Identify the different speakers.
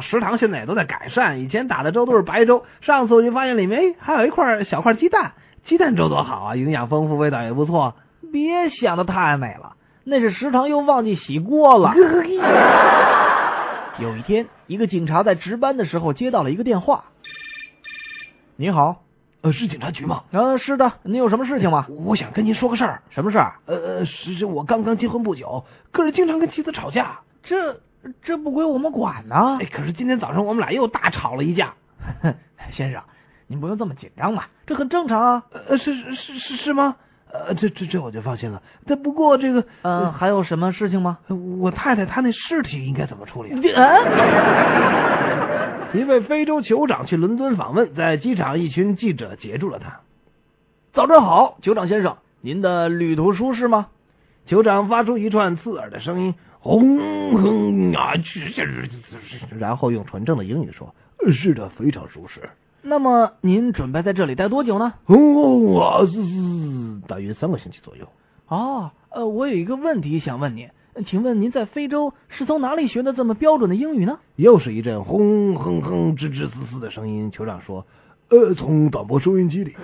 Speaker 1: 食堂现在也都在改善，以前打的粥都是白粥，上次我就发现里面哎还有一块小块鸡蛋，鸡蛋粥多好啊，营养丰富，味道也不错。
Speaker 2: 别想的太美了，那是食堂又忘记洗锅 了。有一天，一个警察在值班的时候接到了一个电话。你好，
Speaker 1: 呃，是警察局吗？啊
Speaker 2: 嗯、是的，您有什么事情吗？
Speaker 1: 我想跟您说个事儿。
Speaker 2: 什么事儿？啊
Speaker 1: 呃呃，是是我刚刚结婚不久，可是经常跟妻子吵架。
Speaker 2: 这这不归我们管呢
Speaker 1: 哎，可是今天早上我们俩又大吵了一架。
Speaker 2: 哎 先生，您不用这么紧张嘛，这很正常啊。
Speaker 1: 呃，是是是是是吗？呃，这这这我就放心了。但不过这个，
Speaker 2: 嗯、还有什么事情吗？
Speaker 1: 呃我太太她那尸体应该怎么处理啊、
Speaker 2: 嗯，
Speaker 1: 一位非洲酋长去伦敦访问，在机场一群记者截住了他。
Speaker 2: 早上好，酋长先生，您的旅途舒适吗？
Speaker 1: 酋长发出一串刺耳的声音，轰轰啊，去去去去去然后用纯正的英语说：“呃是的，非常舒适。
Speaker 2: 那么您准备在这里待多久呢？”
Speaker 1: 轰啊，嘶嘶，大约三个星期左右。
Speaker 2: 哦，呃，我有一个问题想问您，呃请问您在非洲是从哪里学的这么标准的英语呢？
Speaker 1: 又是一阵轰轰轰、吱吱嘶嘶的声音。酋长说：“呃，从导播收音机里。”